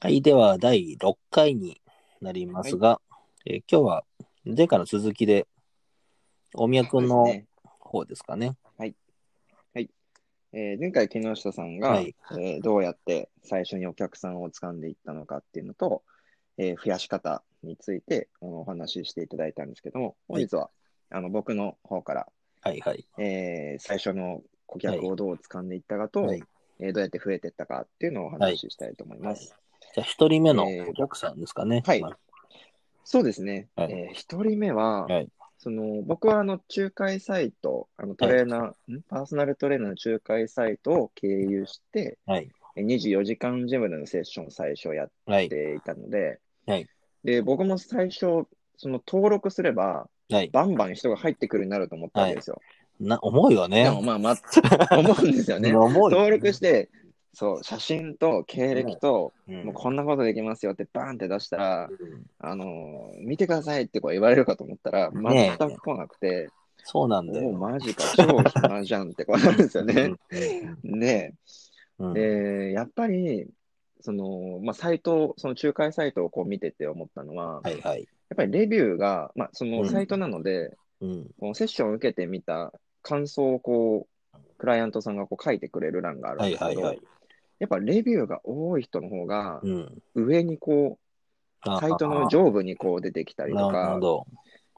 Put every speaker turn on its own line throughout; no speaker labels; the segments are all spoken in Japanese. はい、では第6回になりますが、えー今日は前回の続きで、大宮くん
そ
の
うですね
方ですかね。
えー前回、木下さんが、
はい
えーどうやって最初にお客さんを掴んでいったのかっていうのと、えー増やし方についてあのお話ししていただいたんですけども、本日は、あの僕の方から、
はいはい。
えー最初の顧客をどう掴んでいったかと、
はい、
えーどうやって増えていったかっていうのをお話ししたいと思います。
じゃあ、1人目の
えー
お客さんですかね。
はい
まあ
そうですね、
はい
えー一人目は、
はい
その僕はあの仲介サイト、あのトレーナー、んパーソナルトレーナーの仲介サイトを経由して、
はい。
24時間ジムでのセッションを最初やっ
はい。
ていたので、
はい
で僕も最初、その登録すれば、
はい。
バンバン人が入ってくるようになると思ったわけですよ。
な、思うよね
で。もまあ、ま、思うんです よね。
思うよ
登録して、そう、写真と経歴と、
うん
もうこんなことできますよってバーンって出したら、
うん
あのー見てくださいってこう言われるかと思ったら、
ね
全く来なくて、
そうなんだ
もう
よ。
マジか、超暇じゃんってこうなるんですよ
う
ね
ん。うん
ねえ。
うん
で、やっぱり、その、まあ、サイト、その仲介サイトをこう見てて思ったのは、
はいはい。
やっぱりレビューが、まあ、そ
うん
のサイトなので、
うん。
このセッションを受けてみた感想をこう、クライアントさんがこう書いてくれる欄があるん
は
で
い
すけ
はい
ど、
はい。
やっぱレビューが多い人の方が、
うん。
上にこう、
あ
サイトの上部にこう出てきたりと
なる
か
ほ、ど。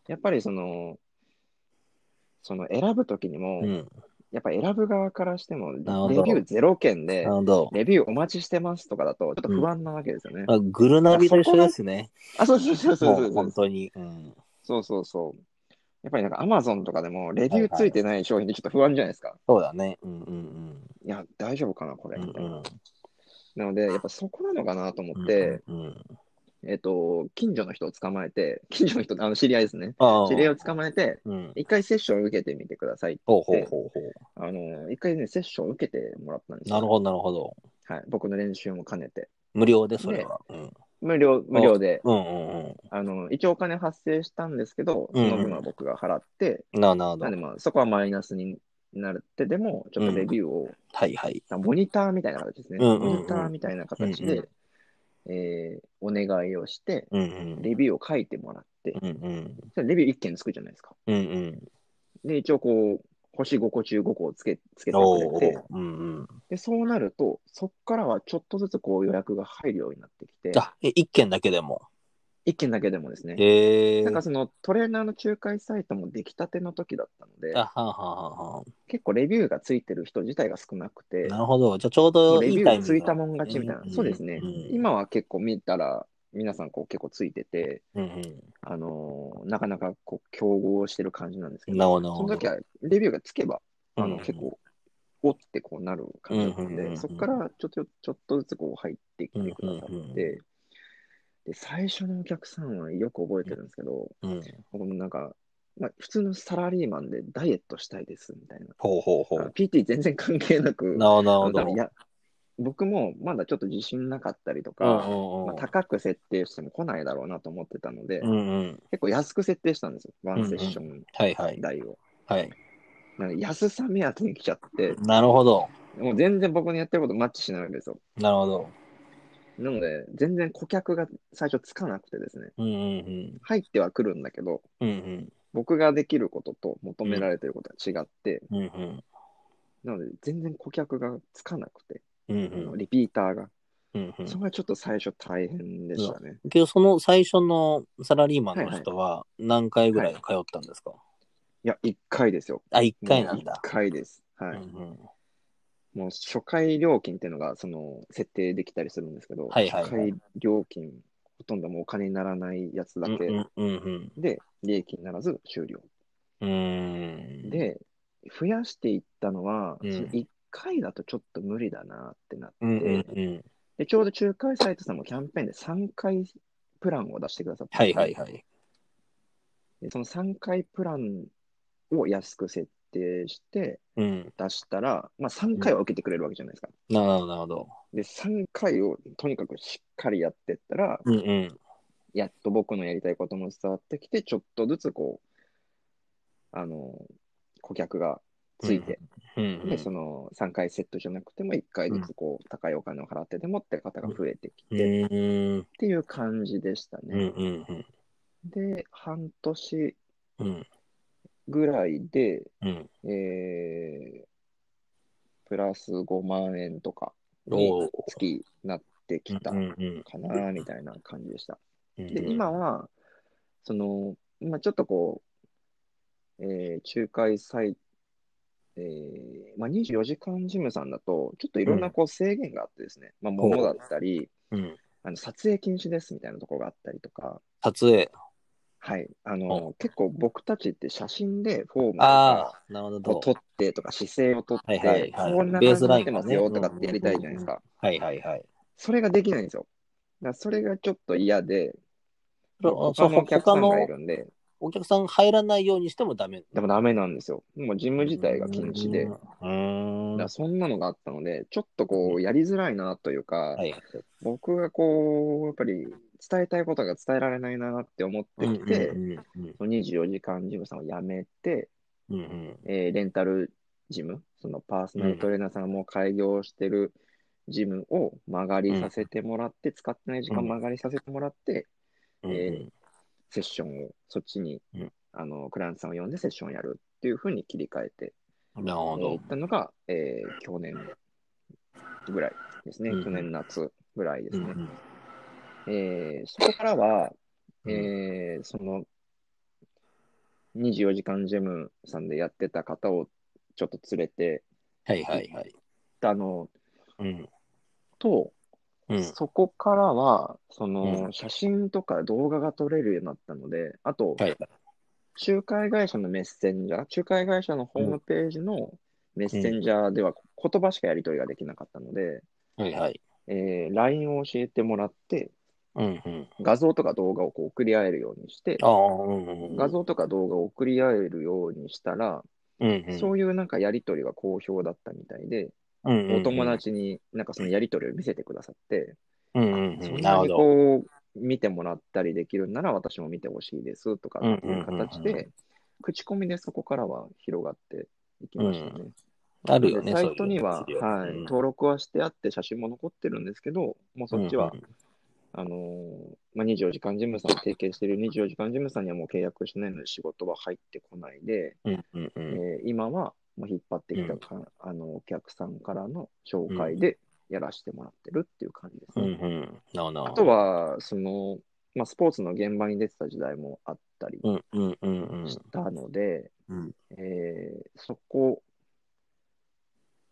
やっぱりその、その選ぶときにも、
うん。
やっぱ選ぶ側からしても、レビ
なるほど
ューゼロ件
な
で
る、ほど。
レビューお待ちしてますとかだと、ちょっと不安なわけですよね。
まあ、グルナビと一緒ですね。
あ、そうそうそうそう
も
そう
う
そ
本
う。
当に。うん。
そうそうそう。やっぱりなんか Amazon とかでもレビューついてない商品でちょっと不安じゃないですか。い
そうだね。うんうん
や、大丈夫かな、これ。
うん。うん
みたいな
うん
なので、やっぱそこなのかなと思って、
うんうんうん
えっと、近所の人を捕まえて、 近所の人、あの知り合いですね。
ああ
知り合いを捕まえて、
うん。
一回セッションを受けてみてください。
ほうほうほうほう。
あの、一回ね、セッションを受けてもらったんですよ。
なるほど、なるほど。
はい。僕の練習も兼ねて。
無料で、それは。うん
無料、無料で、
うんうんう
あの、一応お金発生したんですけど、その分は僕が払って、
ん。ななるほど
なんで。まあそこはマイナスになってでも、ちょっとレビューを、
はいはい。
あモニターみたいな形ですね。
うんうんうん
モニターみたいな形で、えーお願いをして、
うんうん。
レビューを書いてもらって、
うんうん。
それレビュー1件つくじゃないですか。
うんうん。
で、一応こう、星5個中5個をつけつけて
お
く
うお
れて
う。うんうん。
で、そうなると、そこからはちょっとずつこう予約が入るようになってきて、
あ、え一件だけでも。
1件だけでもですね、
へえ。
なんかそのトレーナーの仲介サイトも出来たての時だったので
あ、はあはあはあ
結構レビューがついてる人自体が少なくて、
なるほど。じゃあちょうど
レ
い
ビ
い
ュ
タ
ー
イミン
つ
グ
いた
だ。
もん勝ちみたいな
うん。
そうですね
うん。
今は結構見たら、皆さんこう結構ついてて、
うん
あのーなかなかこう競合してる感じなんです
う
け
ん。
ど、
なるほど。
その時はレビューがつけば、あの結
うん
構、おってこうなる感じだったん
うんうんうんうん
で、そこからちょっとちょっとずつこう入ってきてくださ
うんうんうん
って、で、最初のお客さんはよく覚えてるんですけど、
うん。
僕もなんか、まあ、普通のサラリーマンでダイエットしたいですみたいな。
ほうほうほ
あの
う。
PT 全然関係なく、
なるほど、な
あの
る
多分
ほ
や僕もまだちょっと自信なかったりとか、
ど。
まあ、高く設定しても来ないだろうなと思ってたので、
うんうんうん。うんうん。
結構安く設定したんですよ、ワンセッション
はいはい。
代を。
はい。
なので安さ目当てに来ちゃって、
なるほど。
もう全然僕のやってることマッチしないわけですよ。
なるほど。
なので、全然顧客が最初つかなくてですね、
うんうん
入ってはくるんだけど、
うん。うん
僕ができることと求められてることは違って、
うん。うんうん。
なので全然顧客がつかなくて、
うん
あの
うん。
リピーターが。
うんうん
それがちょっと最初大変でしたね。
けど、その最初のサラリーマンの人は何回ぐらい通ったんですか、
いや、1回ですよ。
あ、1回なんだ
1。回です。はい。
うんうん
もう初回料金っていうのが、その、設定できたりするんですけど、
はいはいはい
初回料金、ほとんどもうお金にならないやつだけ
うんうん
で、利益にならず終了。
うんうん。、
で、増やしていったのは、
うん
その1回だとちょっと無理だなってなって、
うんうんうん。
で、ちょうど仲介サイトさんもキャンペーンで3回プランを出してくださった
は
んで
い
すね
はいはい。
でその3回プランを安く設定して
うん。
出したら、まあ3回は受けてくれるわけじゃないですか。
なるほど、なるほど。
で、3回をとにかくしっかりやってったら、
うんうん。
やっと僕のやりたいことも伝わってきて、ちょっとずつこう、あの、顧客がついて、
うんうん
でその3回セットじゃなくても1回ずつこう高いお金を払ってでもって方が増えてき
う
てっ
ーん
ていう感じでした
うん
ね。
うん
で、半年
うんうん
ぐらいで、
うん
えー、プラス5万円とか
おー
に月なってきた
うん
か
うん
なみたいな感じでし
う
た。
ん
で、今は、その、今ちょっとこう、えー仲介サイト、えーまあ、24時間事務さんだと、ちょっといろんなこう制限があってですね、まあ、
ほう
物だったり、
うん
あの撮影禁止ですみたいなところがあったりとか、
撮影
はい、あ
ほ
の、結構僕たちって写真でフォームと
あ
か
あなるほ
を
ど
撮ってとか姿勢を撮って、
はいはいはい
こんな
ベー
感じ
ス
に
ラ
な
イ
って
ンが
ます
ね
よとかってやりたいじゃないですか。
はいはいはい
それができないんですよ。だからそれがちょっと嫌で、
そ
他のお客さんがいるんで、
お客さん入らないようにしてもダメ
でもダメなんですよ。もう事務自体が禁止で。
う
だか
ーん
らそんなのがあったので、ちょっとこう、やりづらいなというか、
はいはい
僕がこう、やっぱり伝えたいことが伝えられないなって思ってきて、
うんうん
その24時間事務さんを辞めて、
うんうん
えーレンタルジム、そのパーソナルトレーナーさんも開業してるジムを曲がりさせてもらって、使ってない時間曲がりさせてもらって、
うんうんうん
セッションを、そっちに、
うん
あの、クライアントさんを呼んでセッションをやるっていうふうに切り替えて、
なるほ
えー
ど
行ったのが、えー去年ぐらいですね、
うん
去年夏ぐらいです
う
ね。
ん
えーそこからは、
うん
えーその24時間ジェムさんでやってた方をちょっと連れて、
はいはいはい
あの
うん
と、
うん
そこからはその、
う
写真とか動画が撮れるようになったので、あと、
はいはい
仲介会社のメッセンジャー、仲介会社のホームページのメッセンジャーでは言葉しかやり取りができなかったので、
はいはい
えー LINE を教えてもらって、
うんうん
画像とか動画をこう送り合えるようにして、
ああうんうんうん
画像とか動画を送り合えるようにしたら、
うんうん
そういうなんかやり取りが好評だったみたいで、
うんうんうん
お友達になんかそのやり取りを見せてくださって、
うんうん
そ
うんん
な
な
に
るほど
こう見てもらったりできるんなら私も見てほしいですとかっていう形
うんうんうん
で、口コミでそこからは広がっていきましたね。
あるよね
でサ
そういう
イトには、
資料
はい
うん
登録はしてあって写真も残ってるんですけど、もうそっちは、
うんうん
あのーまあ、24時間事務さん、提携してる24時間事務さんにはもう契約しないので仕事は入ってこないで、
うんうんう
え
ん
ー今はもう引っ張ってきたか、あのお客さんからの紹介でやらせてもらってるっていう感じです
う
ね。
んうんなるほど
あとは、その、まあ、スポーツの現場に出てた時代もあったり
うんうんうんうん
したので、
うん
えーそこ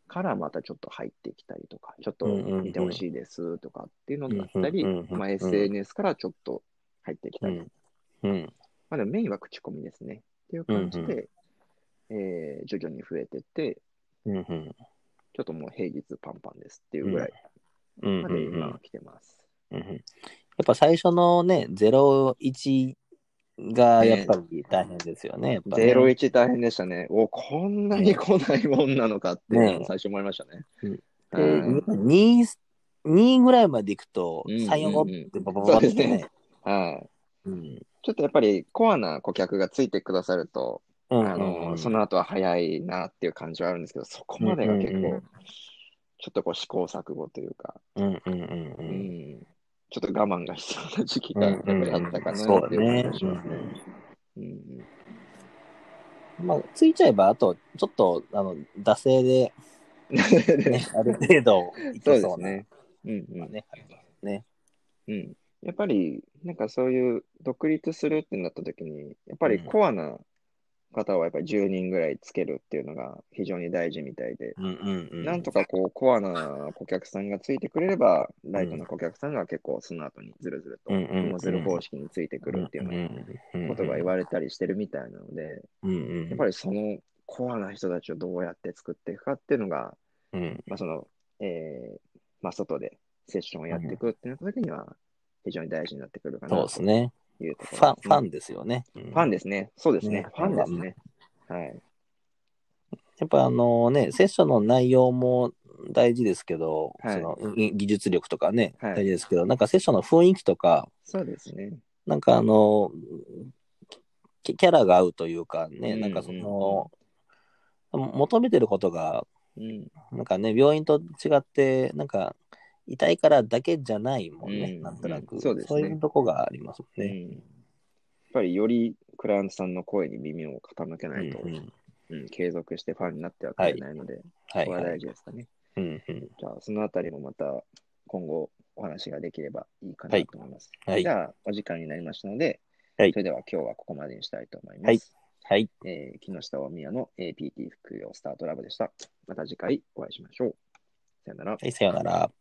からまたちょっと入ってきたりとか、ちょっと見てほしいですとかっていうのだったり、
うんうんうんうん
まあ、SNS からちょっと入ってきた
う
り、
んうん
まあ、でもメインは口コミですねっていう感じで、えー徐々に増えてって、
うんうん
ちょっともう平日パンパンですっていうぐらい
うん
ま
うんう
で今
ん
は来てます。
うんうんやっぱ最初のね、01がやっぱり大変ですよね。やっぱね
01大変でしたね。お、こんなに来ないもんなのかっていうの
ね
を最初思いましたね。
で
うん
2、2ぐらいまで行くと、
うんうんうん
3、4、5ってババババってね。
はい。
うん
ちょっとやっぱりコアな顧客がついてくださると、
うん
あ
うんう
の、
ん
その後は早いなっていう感じはあるんですけど、そこまでが結
うんうんう
構
ん、
ちょっとこう試行錯誤というか、
うんうんうんう
うんん、ちょっと我慢が必要な時期
うん
が
う
やっぱりあっ
ん
たか
うん
な
そう
っ
だ
ていう
ね
感じ。はしますね。うん
うんまあ、ついちゃえば、あと、ちょっと、あの、惰性で、ねある程度い
そう
け
で
そうな。
すね。うんうん
まあね。ね。
うん、やっぱり、なんかそういう独立するってなった時に、やっぱり
うん
コアな方はやっぱり10人ぐらいつけるっていうのが非常に大事みたいで、
うんうんうん。
なんとかこうコアな顧客さんがついてくれれば、ライトな顧客さんが結構その後にずるずると、
うんうんうん
芋づる方式についてくるっていうようなことが言われたりしてるみたいなので、
うんうん
やっぱりそのコアな人たちをどうやって作っていくかっていうのが、
うん
まあその、えーまあ外でセッションをやっていくってなった時には、非常に大事になってくるかな
そう
と
ですね。
いうとこ
フ
ろ
ァン、ファ
ン。
ンですよね。うん
ファンですね。そうです
ね。
ねファンですね。はい。
やっぱあのね、セッションの内容も大事ですけど、
はい
そのい技術力とかね、
はい
大事ですけど、なんかセッションの雰囲気とか、
そうですね。
なんかあの、キキャラが合うというかね、
うん
なんかその、求めてることが、
うん。
なんかね、病院と違って、なんか、痛いからだけじゃないもんね、
うん
なんとなく、
うんそうですね
いうとこがありますもん
うん
ね。
やっぱりよりクライアントさんの声に耳を傾けないと、
う
うん
うんん
継続してファンになってはくれないので、
はい、
こ
は
れはい大事ですかね。
うんうん。
じゃあ、そのあたりもまた今後お話ができればいいか
は
ないと思います。
はい
じゃあ、お時間になりましたので、
はい
それでは今日はここまでにしたいと思います。
はいはい。
えー木下大宮の APT 副業スタートラブでした。また次回お会いしましょう。さよなら。
はい、さようなら。